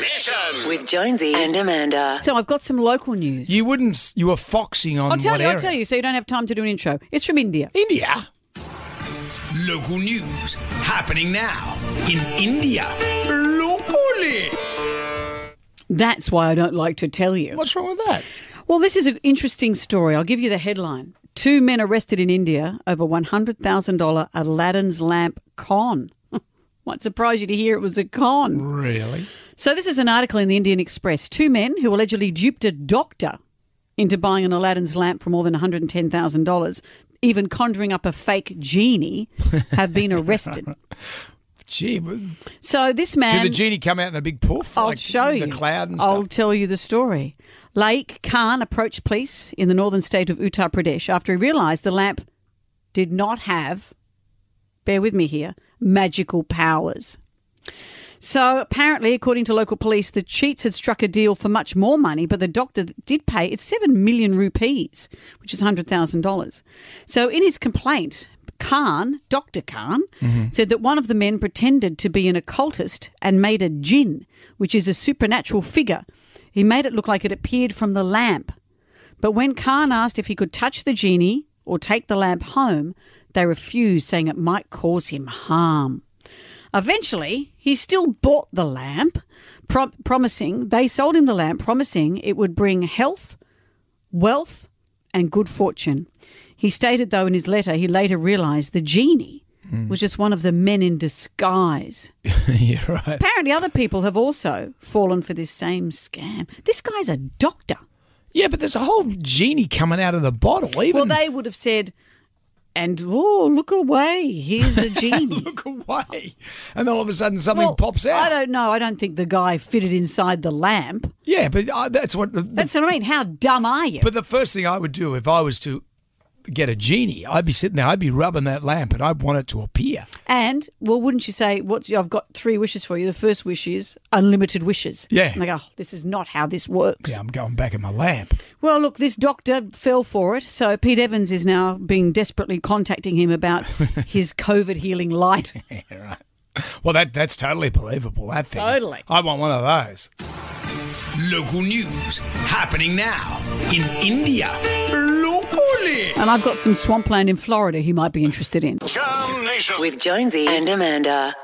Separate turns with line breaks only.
Mission.
with Jonesy and Amanda.
So I've got some local news.
You wouldn't. s- You were foxing on
I'll tell
what
you,
area?
I'll tell you, so you don't have time to do an intro. It's from India.
India.
Local news happening now in India. Locally.
That's why I don't like to tell you.
What's wrong with that?
Well, this is an interesting story. I'll give you the headline. Two men arrested in India over $100,000 Aladdin's lamp con. Might surprise you to hear it was a con.
Really?
So, this is an article in the Indian Express. Two men who allegedly duped a doctor into buying an Aladdin's lamp for more than $110,000, even conjuring up a fake genie, have been arrested.
Gee, but did
So, this man.
the genie come out in a big puff?
I'll
like
show
the
you.
cloud and
I'll
stuff.
tell you the story. Laik Khan approached police in the northern state of Uttar Pradesh after he realised the lamp did not have, bear with me here, magical powers. So apparently, according to local police, the cheats had struck a deal for much more money, but the doctor did pay it's seven million rupees, which is hundred thousand dollars. So in his complaint, Khan, Doctor Khan, said that one of the men pretended to be an occultist and made a jinn, which is a supernatural figure. He made it look like it appeared from the lamp. But when Khan asked if he could touch the genie or take the lamp home, they refused, saying it might cause him harm. Eventually, he still bought the lamp, prom- promising they sold him the lamp, promising it would bring health, wealth, and good fortune. He stated, though, in his letter, he later realized the genie
Hmm.
was just one of the men in disguise.
yeah, right.
Apparently, other people have also fallen for this same scam. This guy's a doctor.
Yeah, but there's a whole genie coming out of the bottle.
Well,
Even
they would have said, and oh, look away, here's a genie.
look away, and then all of a sudden something
Well,
pops out.
I don't know. I don't think the guy fitted inside the lamp.
yeah, but uh, that's what. The,
That's what I mean. How dumb are you?
but the first thing I would do if I was to get a genie, I'd be sitting there, I'd be rubbing that lamp, and I'd want it to appear.
and well, wouldn't you say, "What's I've got three wishes for you." The first wish is unlimited wishes.
Yeah.
And Like, oh, this is not how this works.
Yeah, I'm going back in my lamp.
Well, look, this doctor fell for it. So Pete Evans is now being desperately contacting him about his COVID healing light.
Well, that that's totally believable. That thing.
Totally.
I want one of those.
Local news happening now in India. Locally.
And I've got some swampland in Florida he might be interested in.
With Jonesy and Amanda.